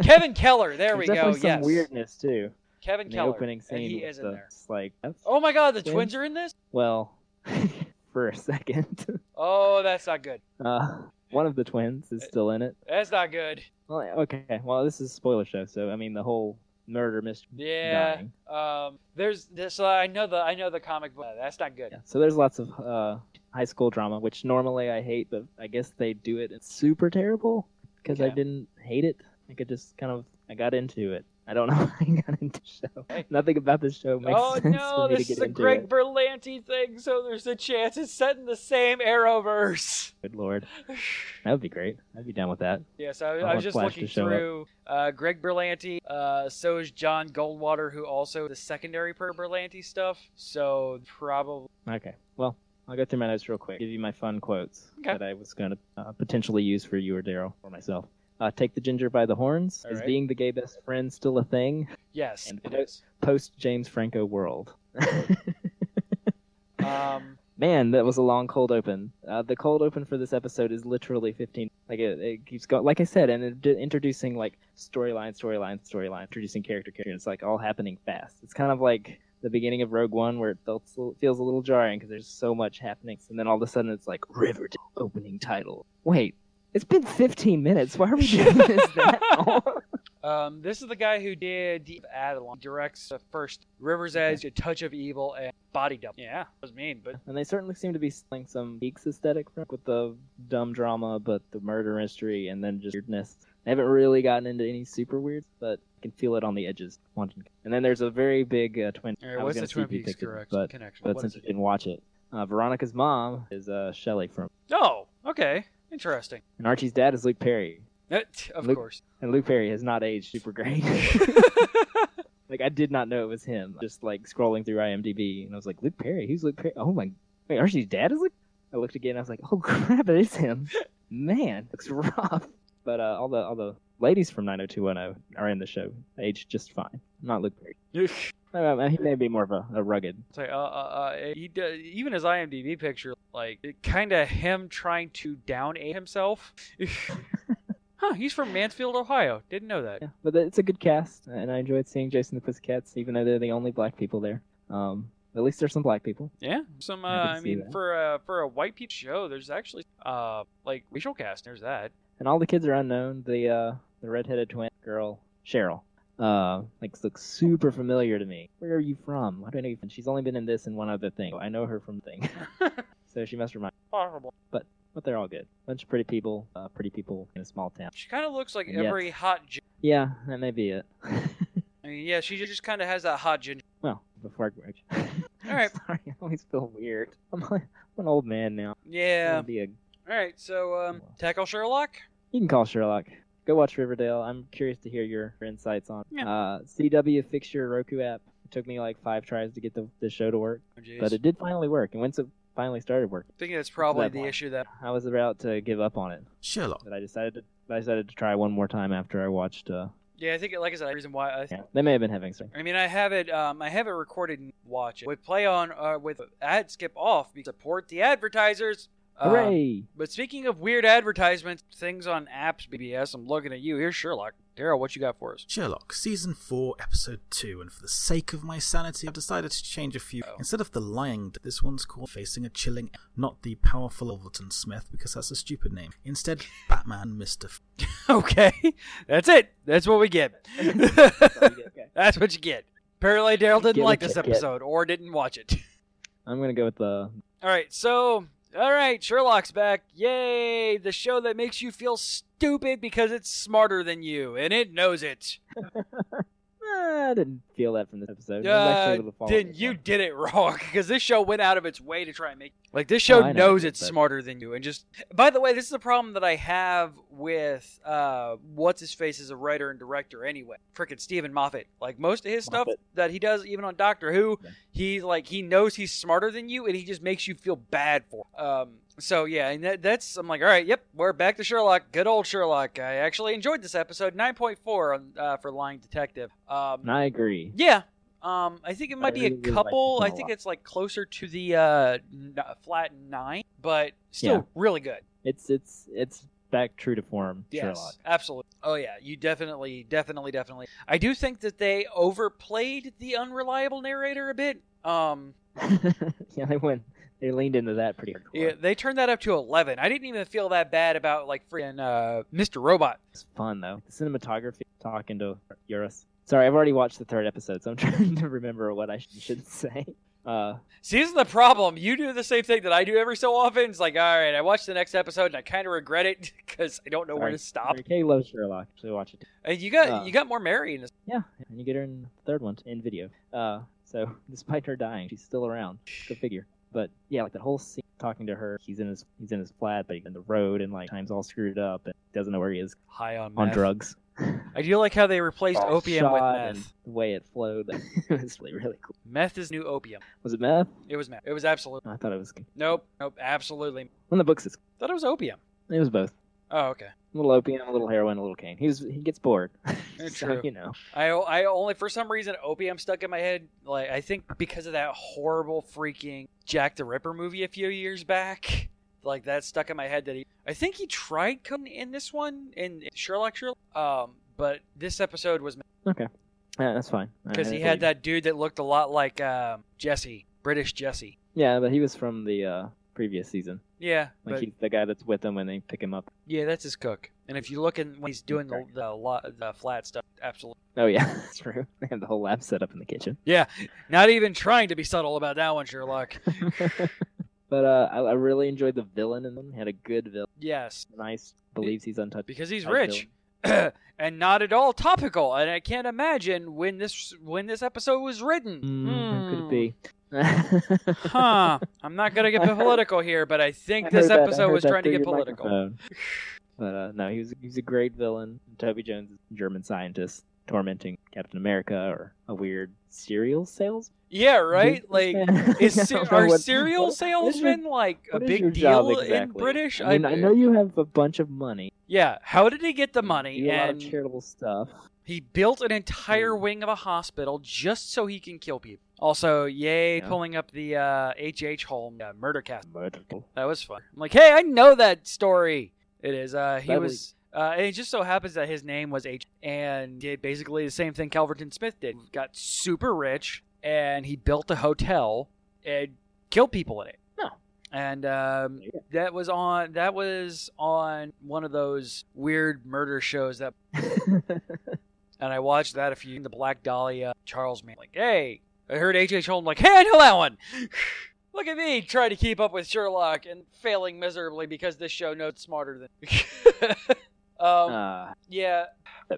Kevin Keller. There we
There's
go.
definitely Some
Yes,
weirdness too.
Kevin
In the
Keller.
opening scene,
and he
with
is
the-
in there.
it's like that's-
Oh my God, the
Twins?
twins are in this.
well, *laughs* for a second.
Oh, that's not good.
Uh, *laughs* one of the twins
Eh.
is still in it.
That's not good.
Well, okay. Well, this is a spoiler show, so I mean the whole murder mystery.
Yeah.
Dying.
Um. There's this. So I know the. I know the comic book. Uh, That's not good.
Yeah. So there's lots of uh, high school drama, which normally I hate, but I guess they do it. It's super terrible because I
Okay.
didn't hate it. I could just kind of I got into it. I don't know. *laughs* how I got into the show.
Hey.
Nothing about this show makes
oh
*laughs* sense
no,
for me to
this
get
is a
into
Greg
it.
Berlanti thing. So there's a chance it's set in the same Arrowverse. *laughs*
Good lord, that would be great. I'd be down with that.
Yeah, so I,
I'll
I
let
was just
Flash
looking
just show up.
through uh, Greg Berlanti. Uh, so is John Goldwater, who also the secondary per Berlanti stuff. So probably
Okay. Well, I'll go through my notes real quick. Give you my fun quotes
Okay.
that I was going to uh, potentially use for you or Daryl or myself. Uh, take the ginger by the horns.
All
is
right.
being the gay best friend still a thing?
yes,
And
it is.
Post James Franco world. *laughs*
Um,
Man, that was a long cold open. Uh, the cold open for this episode is literally 15. Like it, it keeps going. Like I said, and it, d- introducing like storyline, storyline, storyline, introducing character, character. and It's like all happening fast. It's kind of like the beginning of Rogue One, where it felt, feels a little jarring because there's so much happening, and then all of a sudden it's like Riverdale opening title. Wait, it's been 15 minutes. Why are we doing this now?
um, this is the guy who did the Adelon directs the first River's Edge, A Touch of Evil, and Body Double. Yeah, that was mean, but
and they certainly seem to be selling some geeks aesthetic from- with the dumb drama, but the murder mystery, and then just weirdness. They haven't really gotten into any super weirds, but you can feel it on the edges. Wanting- And then there's a very big uh, twin.
all right,
I
what's
was
the
gonna see
Twin
if you
Peaks
picked it,
correct
But,
connection?
but
What
since
is
you
it?
didn't watch it, uh, Veronica's mom is uh, Shelley from,
Oh, okay, interesting.
and Archie's dad is Luke Perry,
Uh, t- of
Luke- *laughs*
course. *laughs*
and Luke Perry has not aged super great. *laughs* like I did not know it was him. Just like scrolling through IMDb, and I was like, Luke Perry. Who's Luke Perry? Oh my, wait, Archie's dad is Luke. I *laughs* looked again. I was like, oh crap, it is him. Man, looks rough. But uh, all the all the ladies from 90210 are in the show. Age just fine. Not Luke Perry. Um, he may be more of a, a rugged.
It's like, uh, uh, uh, he d- even his IMDb picture, like, kind of him trying to down a himself. *laughs* huh? He's from Mansfield, Ohio. Didn't know that.
Yeah, but it's a good cast, and I enjoyed seeing Jason the Pussycats, even though they're the only black people there. Um, at least there's some black people.
Yeah, some. Uh,
I can
I,
see
mean,
that.
for a for a white people show, there's actually uh like racial cast. There's that.
and all the kids are unknown. The uh, the redheaded twin girl, Cheryl, uh, like looks super familiar to me. Where are you from? I don't know. even- She's only been in this and one other thing. I know her
*laughs*
from thing, *laughs* so she must remind.
Horrible.
But they're all good. Bunch of pretty people. Uh, pretty people in a small town.
She kind of looks like
Yes.
every hot. Gi-
Yeah, that may be it. *laughs*
I mean, yeah, she just kind of has that hot ginger.
well, before I *laughs* work.
All right.
Sorry, I always feel weird. I'm, like, I'm an old man now. I'm
Yeah.
gonna be a-
All right. So, um, tackle Sherlock.
you can call Sherlock. Go watch Riverdale. I'm curious to hear your your insights on.
Yeah.
Uh, CW, fix your Roku app. It took me like five tries to get the, the show to work.
Oh, jeez.
But it did finally work, and once it finally started working,
I think that's probably
that
the
one.
issue that.
I was about to give up on it.
Sherlock.
But I decided to I decided to try one more time after I watched. Uh,
Yeah, I think, like I said, the reason why I
yeah, they may have been having some.
I mean, I have it. Um, I have it recorded and watch it. We play on uh, with ad skip off. because Support the advertisers. Uh, *laughs*
Hooray!
But speaking of weird advertisements, things on apps, BBS. I'm looking at you. Here's Sherlock. Daryl, what you got for us?
Sherlock, season four, episode two, and for the sake of my sanity, I've decided to change a few.
Oh.
Instead of the lying, d- this one's called Facing a Chilling, not the powerful Overton Smith, because that's a stupid name. Instead, Batman, Mr. F-
*laughs* Okay, that's it. That's what we get.
Okay.
*laughs* that's what you get. Apparently, Daryl didn't
Get
like
what
this
you get.
episode or didn't watch it. *laughs*
I'm gonna go with the
All right, so all right, Sherlock's back. Yay! The show that makes you feel stupid because it's smarter than you and it knows it.
Ah, I didn't feel that from this episode. I was actually
Uh,
able to follow
then
this
you
one.
did it *laughs* wrong because this show went out of its way to try and make like this show
Oh, I know,
knows it's
but-
smarter than you and just by the way this is a problem that i have with uh what's his face as a writer and director anyway frickin' stephen moffat like most of his stuff
Moffat.
that he does even on doctor who
Yeah.
he like he knows he's smarter than you and he just makes you feel bad for it. um so yeah and that, that's i'm like all right yep we're back to sherlock good old sherlock i actually enjoyed this episode 9.4 on uh, for lying detective um
And I agree.
yeah. Um, I think it might be
really,
a
really like
couple.
the
I
smell
think
of it.
it's like closer to the uh, n- flat nine, but still
Yeah.
really good.
It's it's it's back true to form.
Yes,
Sherlock.
absolutely. Oh yeah, you definitely, definitely, definitely. I do think that they overplayed the unreliable narrator a bit. Um,
*laughs* yeah, they went. They leaned into that pretty hardcore.
yeah, they turned that up to eleven. I didn't even feel that bad about like freaking uh, Mr. Robot.
It's fun though. The cinematography, talking to Eurus. Sorry, I've already watched the third episode, so I'm *laughs* trying to remember what I should, should say. *laughs* Uh,
See, this is the problem. You do the same thing that I do every so often. It's like, all right, I watched the next episode and I kind of regret it *laughs* because I don't know where
Sorry.
to stop.
Kay loves Sherlock, so watch it.
And you got,
Uh.
you got more Mary in this.
Yeah, and you get her in the third one in video. Uh, so *laughs* despite her dying, she's still around. Go figure. But yeah, like the whole scene talking to her. He's in his he's in his flat, but he's in the road, and like time's all screwed up, and doesn't know where he is
High on
on
meth.
drugs.
I do like how they replaced
All
opium with
Oh, *laughs* shot
meth.
and The way it flowed, *laughs* it's really really cool.
Meth is new opium.
Was it meth?
It was meth. It was absolute.
I thought it was. One
Nope. Nope. Absolutely.
of the books is.
Thought it was opium.
It was both.
Oh, okay.
A little opium, a little heroin, a little cane. He was he gets bored. *laughs* so,
true.
You know,
I, I only for some reason opium stuck in my head. Like I think because of that horrible freaking Jack the Ripper movie a few years back. Like that stuck in my head that he. I think he tried coming in this one in in Sherlock Sherlock. Um, but this episode was
yeah, that's fine. I-
because he
I
had
believe-
that dude that looked a lot like um, Jesse, British Jesse.
Yeah, but he was from the uh, previous season.
Yeah,
Like
but
he's the guy that's with them when they pick him up.
Yeah, that's his cook. And if you look in when he's doing the the, lo- the flat stuff, absolutely
Oh yeah, *laughs* that's true. They have the whole lab set up in the kitchen. *laughs*
not even trying to be subtle about that one, Sherlock.
but uh, I, I really enjoyed the villain in them. He had a good villain.
yes,
Nice, believes he's untouched.
because he's
type
rich *clears throat* and not at all topical. And I can't imagine when this when this episode was written.
villain.
Hmm.
Mm, How could it be? *laughs*
huh. I'm not gonna get
I heard-
political here, but I think
I
this
heard that- I
episode
heard
was
that
trying to
through
get
your
political.
microphone. *laughs* But uh, no, he was he was a great villain. Toby Jones is a German scientist tormenting Captain America or a weird cereal sales.
Yeah,
*laughs*
right. Like,
businessman.
is
I
ce-
don't know
are
*laughs* what-
serial
what- what is your-
salesmen like a
what is your
big
job
deal in
exactly?
British?
I mean, I know you have a bunch of money,
Yeah, how did he get the money?
Do a lot of
And
charitable stuff.
he built an entire wing of a hospital just so he can kill people. Also, yay,
Yeah.
pulling up the uh, H.H. Holm uh, murder cast.
Murder.
*laughs* That was fun. I'm like, hey, I know that story. It is. Uh, he
That
was.
was-
Uh, and it just so happens that his name was H, and did basically the same thing Calverton Smith did. Got super rich, and he built a hotel and killed people in it.
Huh.
And um,
Yeah.
that was on that was on one of those weird murder shows that, and I watched that a few. The Black Dahlia, Charles Man, like, hey, I heard H. H. Holm, like, hey, I know that one. *laughs* Look at me trying to keep up with Sherlock and failing miserably because this show knows smarter than. *laughs* um,
uh,
yeah,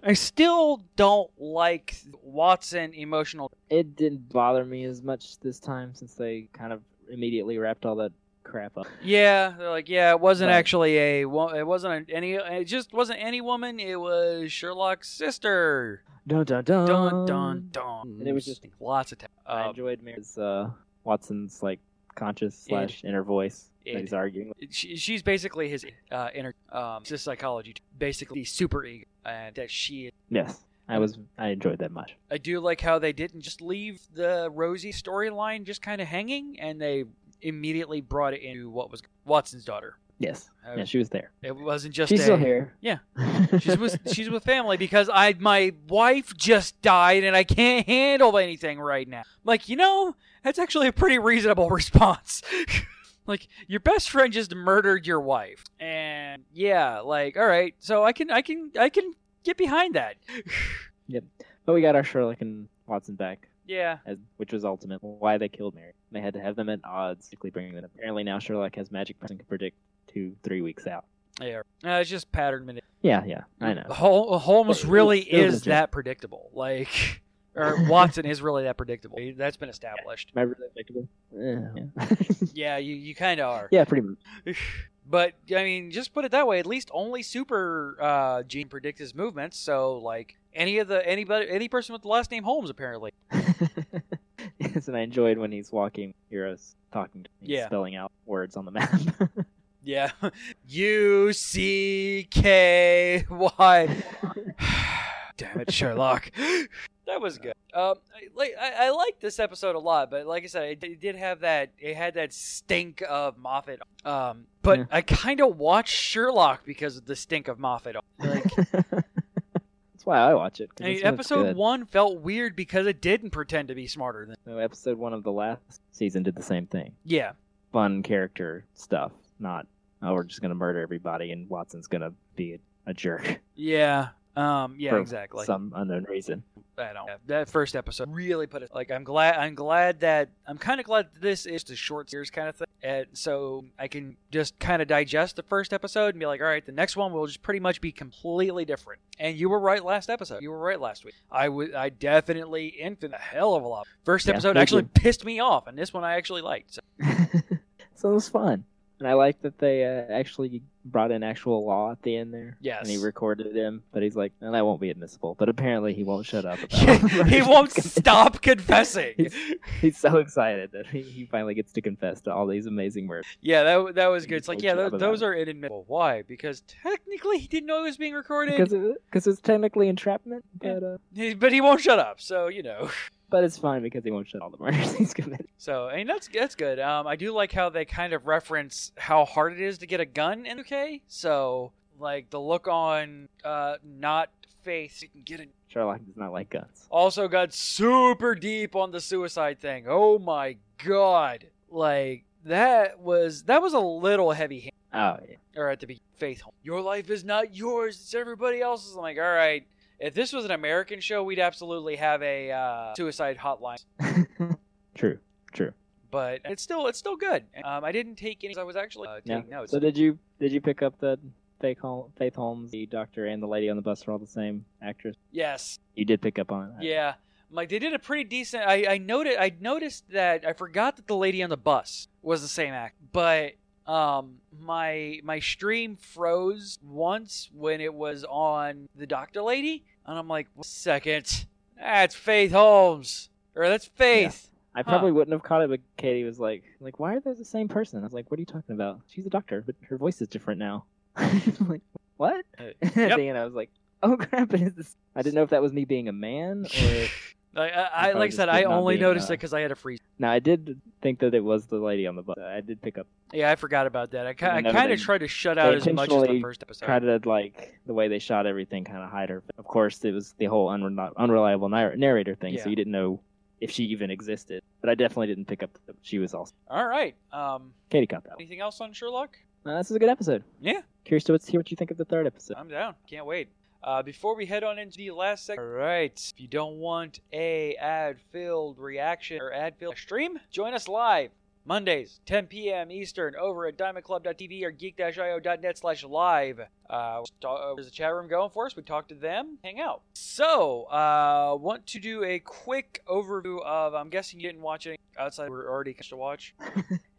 I still don't like Watson emotional.
it didn't bother me as much this time since they kind of immediately wrapped all that crap up.
Yeah, they're like, yeah, it wasn't
Right.
actually a, wo- it wasn't any, it just wasn't any woman. It was Sherlock's sister.
Dun dun dun
Dun dun dun.
Um, And it was just-
lots of time.
I
Um,
enjoyed Mary's uh, Watson's like conscious
Id.
slash inner voice
Id.
that he's arguing. with.
she, she's basically his uh, inner, um, his psychology, basically super ego, and that she
Yes, I was I enjoyed that much.
I do like how they didn't just leave the Rosie storyline just kind of hanging, and they immediately brought it into what was Watson's daughter.
Yes,
Uh,
yeah, she was there.
It wasn't just
She's
a,
still here.
Yeah.
she *laughs*
She's with she's with family because I my wife just died and I can't handle anything right now. I'm like you know that's actually a pretty reasonable *laughs* response. like your best friend just murdered your wife, and yeah, like all right, so I can I can I can get behind that. *laughs*
But we got our Sherlock and Watson back,
yeah,
as, which was ultimate why they killed Mary. They had to have them at odds, basically bringing them. Apparently now Sherlock has magic person can predict two, three weeks out.
yeah. Uh, it's just pattern manipulation.
Yeah, yeah, I know.
Hol- Holmes
Well,
really
it's still
is
legit.
that predictable. Like, *laughs* or Watson is really that predictable. That's been
*laughs*
established.
Am I really predictable? Eh, Yeah, *laughs*
Yeah, you, you kind of are.
yeah, pretty much.
But, I mean, just put it that way. At least only Super uh, Gene predicts his movements. So, like, any of the anybody any person with the last name Holmes apparently.
*laughs* yes, and I enjoyed when he's walking, heroes talking to me,
Yeah.
spelling out words on the map.
Yeah, *laughs* U C K
*laughs*
Y. *sighs* Damn it, Sherlock. that was good. Um, I, like I, I liked this episode a lot, but like I said, it, it did have that. It had that stink of Moffat. Um, but
Yeah.
I kind of watched Sherlock because of the stink of Moffat. Like,
That's why I watch it. 'cause
I mean,
this one's
episode
good.
one felt weird because it didn't pretend to be smarter than.
So episode one of the last season did the same thing.
Yeah,
Fun character stuff, not oh we're just gonna murder everybody and Watson's gonna be a, a jerk
yeah, um, yeah,
For
exactly.
some unknown reason.
I don't. That first episode really put it. Like I'm glad. I'm glad that I'm kind of glad that this is the short series kind of thing, and so I can just kind of digest the first episode and be like, all right, the next one will just pretty much be completely different. And you were right last episode. You were right last week. I would. I definitely infant a hell of a lot. First
Yeah,
episode
thank
actually
you.
pissed me off, and this one I actually liked.
*laughs*
So, *laughs*
so it was fun, and I like that they uh, actually brought in actual law at the end there.
Yes.
and he recorded him, but he's like, no, that won't be admissible. But apparently he won't shut up.
*laughs*
About *laughs*
he won't stop confessing.
He's so excited that he, he finally gets to confess to all these amazing murders.
Yeah, that that was
He
good. It's like,
won't
yeah,
shut up
those,
about
those
it.
are inadmissible. Why? Because technically, he didn't know it was being recorded.
Because it, cause it's technically entrapment,
Yeah.
but uh,
He- but he won't shut up, so you know. *laughs*
but it's fine because he won't shut all the murders *laughs* he's committed.
So I mean that's that's good. Um, I do like how they kind of reference how hard it is to get a gun in the UK. So like the look on uh not faith you can get it.
Sherlock does not like guns.
Also got super deep on the suicide thing. Oh my god! Like that was that was a little heavy hand.
Oh yeah,
Or at the be faith home. Your life is not yours. It's everybody else's. I'm like, all right. If this was an American show, we'd absolutely have a uh, suicide hotline.
*laughs* true, true.
but it's still it's still good. Um, I didn't take any. I was actually uh,
Yeah.
taking notes.
So did you did you pick up that Faith, Hol- Faith Holmes, the doctor, and the lady on the bus are all the same actress?
yes,
You did pick up on it.
yeah. I'm Like they did a pretty decent. I I noted I noticed that I forgot that the lady on the bus was the same act, but um my my stream froze once when it was on the doctor lady, and I'm like, "Wait a second, that's Faith Holmes or that's Faith.
I
Huh.
probably wouldn't have caught it, but Katie was like, "Like, *laughs* why are they the same person?" I was like, "What are you talking about? She's a doctor, but her voice is different now." like, what? *laughs*
Hey,
At the
Uh, yep.
end, I was like, oh crap! It is this. I didn't know if that was me being a man
*laughs*
or.
I, I, I,
probably
like I
just
said,
did
I
not
only
being,
noticed
uh,
it because I had a freeze.
now I did think that it was the lady on the bus. I did pick up.
Yeah, I forgot about that. I, ki-
And
I
then
kind of
they-
tried to shut
they
out as much as the
intentionally
first episode.
Tried to like the way they shot everything, kind of hide her. Of course, it was the whole unreli- unreliable nar- narrator thing,
Yeah.
so you didn't know if she even existed. But I definitely didn't pick up that she was also
All right. Um,
Katie caught that. One.
anything else on Sherlock?
Uh, this is a good episode.
Yeah.
Curious to hear what you think of the third episode.
I'm down. Can't wait. Uh, before we head on into the last segment, all right. If you don't want a ad-filled reaction or ad-filled stream, join us live Mondays, 10 p.m. Eastern, over at diamondclub.tv or geek-io.net/live. Uh, ta- uh, there's a chat room going for us. We talk to them, hang out. So, uh, want to do a quick overview of? I'm guessing you didn't watch any outside. We're already catch to watch.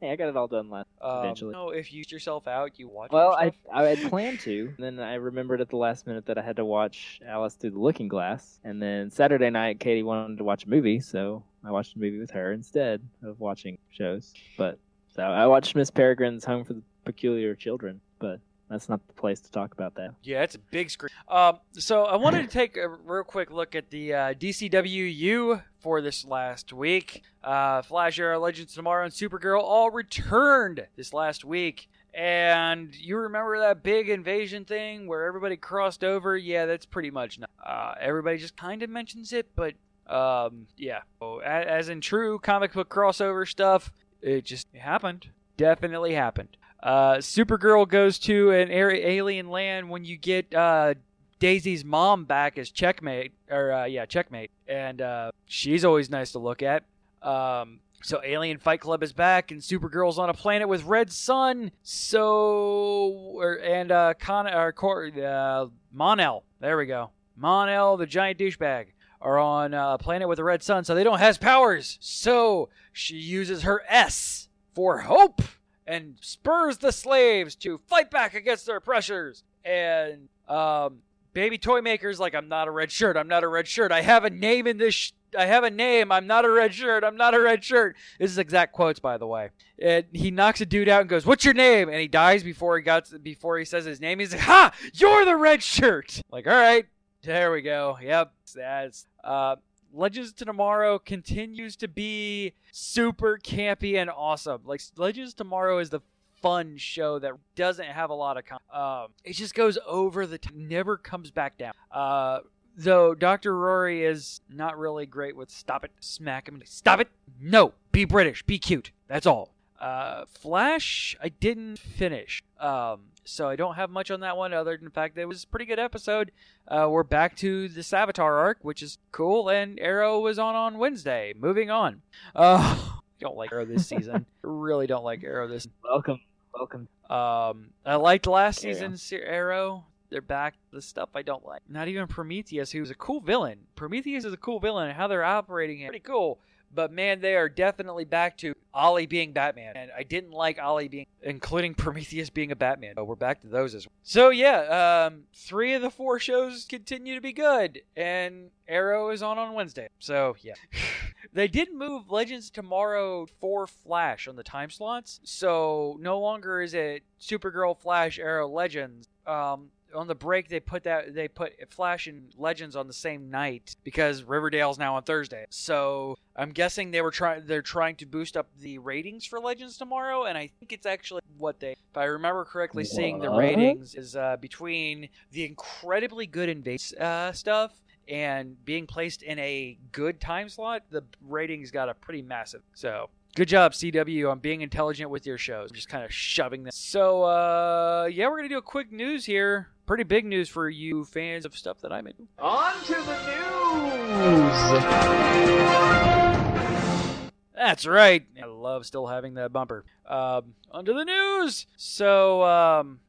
Hey, I got it all done last.
Um,
Eventually.
No, if you used yourself out, you watch.
Well,
yourself.
I I
*laughs*
had planned to, and then I remembered at the last minute that I had to watch Alice Through the Looking Glass, and then Saturday night Katie wanted to watch a movie, so I watched a movie with her instead of watching shows. But so I watched Miss Peregrine's Home for the Peculiar Children, but that's not the place to talk about that.
Yeah, it's a big screen. Um, so I wanted to take a real quick look at the uh, DCWU for this last week. Uh, Flash, Arrow, Legends Tomorrow, and Supergirl all returned this last week. And you remember that big invasion thing where everybody crossed over? Yeah, that's pretty much. Not, uh, everybody just kind of mentions it, but um, yeah. So, a- as in true comic book crossover stuff, it just it happened. Definitely happened. Uh, Supergirl goes to an ar- alien land when you get uh, Daisy's mom back as checkmate, or uh, yeah, checkmate, and uh, she's always nice to look at. Um, so Alien Fight Club is back, and Supergirl's on a planet with Red Sun. So or, and uh, Con or Cor- uh, Monel, there we go, Monel, the giant douchebag. Are on uh, a planet with a red sun, so they don't has powers. So she uses her S for hope and spurs the slaves to fight back against their oppressors. And um, baby toy makers like, I'm not a red shirt. I'm not a red shirt. I have a name in this. Sh- I have a name. I'm not a red shirt. I'm not a red shirt. This is exact quotes, by the way. And he knocks a dude out and goes, "What's your name?" And he dies before he got before he says his name. He's like, "Ha! You're the red shirt." Like, all right, there we go. Yep, that's uh, Legends to Tomorrow continues to be super campy and awesome. Like Legends Tomorrow is the fun show that doesn't have a lot of con- um it just goes over the t- never comes back down. Uh though Dr. Rory is not really great with stop it, smack him, stop it. No, be British, be cute. That's all. Uh Flash I didn't finish. Um so I don't have much on that one other than the fact that it was a pretty good episode. Uh, we're back to the Savitar arc, which is cool, and Arrow was on on Wednesday. Moving on. Uh, *laughs* don't like Arrow this season. really don't like Arrow this.
Welcome, welcome.
Um, I liked last
Arrow.
season's se- Arrow. They're back to the stuff I don't like. Not even Prometheus, who's a cool villain. Prometheus is a cool villain, and how they're operating it pretty cool. But man, they are definitely back to Ollie being Batman, and I didn't like Ollie being, including *laughs* Prometheus being a Batman. But we're back to those as well. So yeah, um, three of the four shows continue to be good, and Arrow is on on Wednesday. So yeah, *sighs* they did move Legends tomorrow for Flash on the time slots, so no longer is it Supergirl, Flash, Arrow, Legends. Um, on the break, they put that they put Flash and Legends on the same night because Riverdale's now on Thursday. So I'm guessing they were trying they're trying to boost up the ratings for Legends tomorrow, and I think it's actually what they, if I remember correctly, seeing the
What?
ratings is uh, between the incredibly good invade uh, stuff and being placed in a good time slot, the ratings got a pretty massive. So good job, CW, on being intelligent with your shows. Just kind of shoving them. So uh, yeah, we're gonna do a quick news here. Pretty big news for you fans of stuff that I'm into.
On to the news!
That's right. I love still having that bumper. Um, onto the news. So, um,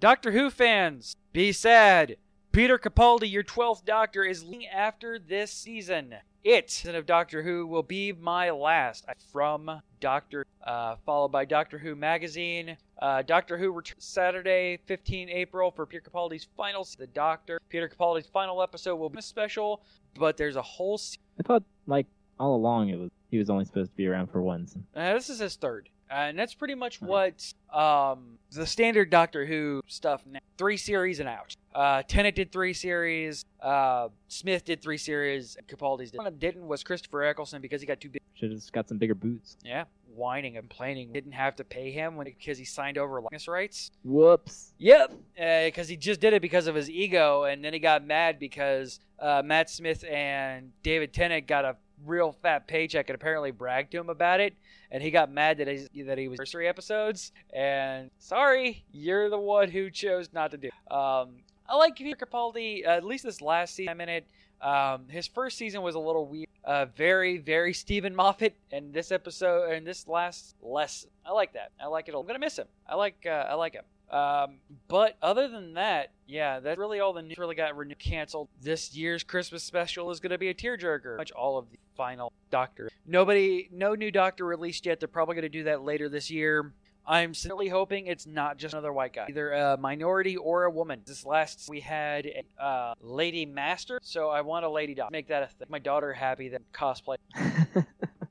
Doctor Who fans, be sad. Peter Capaldi, your 12th Doctor, is leaving after this season. It, season of Doctor Who, will be my last. From Doctor, uh, followed by Doctor Who Magazine. Uh, Doctor Who returns Saturday, 15 April, for Peter Capaldi's final se- The Doctor. Peter Capaldi's final episode will be a special, but there's a whole se-
I thought like all along it was he was only supposed to be around for one.
Uh, this is his third. Uh, and that's pretty much what um, the standard Doctor Who stuff now. Three series and out. Uh, Tennant did three series. Uh, Smith did three series. And Capaldi's did. One that didn't was Christopher Eccleston because he got too big.
Should have got some bigger boots.
Yeah, whining and complaining. Didn't have to pay him when because he signed over likeness rights.
*laughs* Whoops.
Yep, because he just did it because of his ego, and then he got mad because uh, Matt Smith and David Tennant got a real fat paycheck and apparently bragged to him about it, and he got mad that he, that he was nursery episodes. And sorry, you're the one who chose not to do. it. Um, I like Peter Capaldi uh, at least this last season. I'm in it. Um, his first season was a little weird, uh, very, very Stephen Moffat, and this episode and this last less. I like that. I like it. a- I'm gonna miss him. I like. Uh, I like him. Um, but other than that, yeah, that's really all the news really got renewed, canceled. This year's Christmas special is going to be a tearjerker. Pretty Much all of the final Doctor. Nobody, no new Doctor released yet. They're probably going to do that later this year. I'm sincerely hoping it's not just another white guy, either a minority or a woman. This last we had a uh, lady master, so I want a lady doctor. Make that a thing. My daughter happy that cosplay.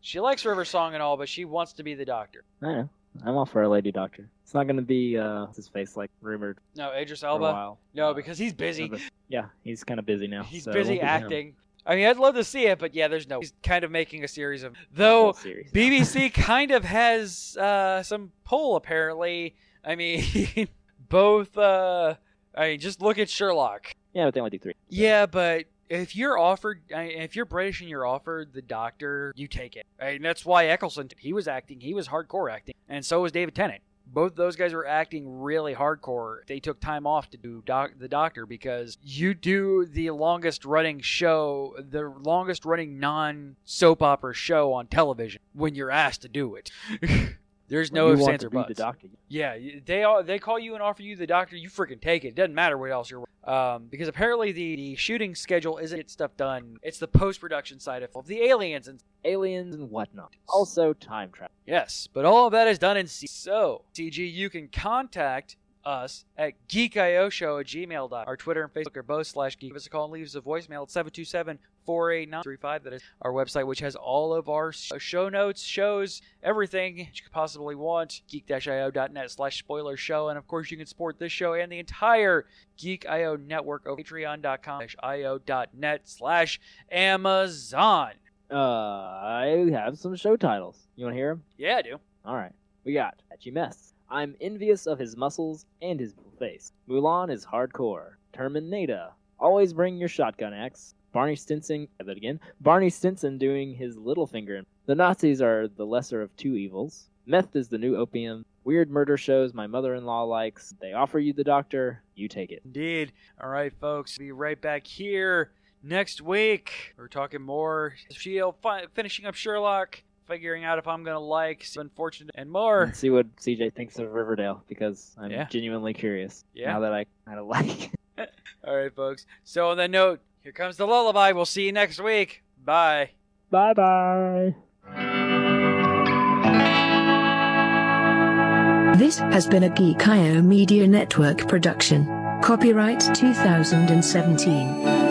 She likes River Song and all, but she wants to be the doctor.
I don't know. I'm all for a lady doctor. It's not going to be uh, what's his face like rumored
No, Idris
for a
Elba.
while.
No,
Uh,
because he's busy.
but- Yeah, he's kind of busy now.
He's
so it
busy
won't be him.
acting. I mean, I'd love to see it, but yeah, there's no. He's kind of making a series
*laughs*
of.
The
Though
whole series.
BBC kind of has uh, some pull, apparently. I mean, *laughs* both. Uh, I mean, just look at Sherlock.
*laughs* Yeah, but they only do three.
Yeah, but if you're offered, I- if you're British and you're offered the Doctor, you take it. Right? And that's why Eccleston, he was acting, he was hardcore acting, and so was David Tennant. Both those guys were acting really hardcore. They took time off to do doc- the Doctor because you do the longest running show, the longest running non soap opera show on television when you're asked to do it. *laughs* There's no
you
ifs,
want
ands,
to
or
be
buts.
the doctor.
Yeah, y- they all they call you and offer you the doctor. You freaking take it. Doesn't matter what else you're. Um, because apparently the, the shooting schedule isn't get stuff done. It's the post production side of the aliens and
Aliens and whatnot. Also time travel.
yes, but all of that is done in C. So CG, you can contact us at geekioshow at gmail dot. Our Twitter and Facebook are both slash geek. Give us a call and leave us a voicemail at 727 489 35. That is our website, which has all of our sh- show notes, shows, everything you could possibly want. Geek-io.net slash spoiler show. And of course, you can support this show and the entire Geek IO network over at patreon.com slash io.net slash Amazon.
Uh, I have some show titles. You want to hear them?
Yeah, I do.
All right. We got Patchy Mess. I'm envious of his muscles and his face. Mulan is hardcore. Terminator. Always bring your shotgun axe. Barney Stinson. say That again. Barney Stinson doing his little finger. The Nazis are the lesser of two evils. Meth is the new opium. Weird murder shows my mother-in-law likes. They offer you the doctor. You take it.
Indeed. All right, folks. Be right back here next week. We're talking more Shield, fi- finishing up Sherlock, figuring out if I'm gonna like Unfortunate and more.
Let's see what CJ thinks of Riverdale because I'm
Yeah.
genuinely curious.
Yeah.
Now that I kind of *laughs* like. it.
All right, folks. So on that note, here comes the lullaby. We'll see you next week. Bye.
Bye bye.
This has been a Geek IO Media Network production. Copyright 2017.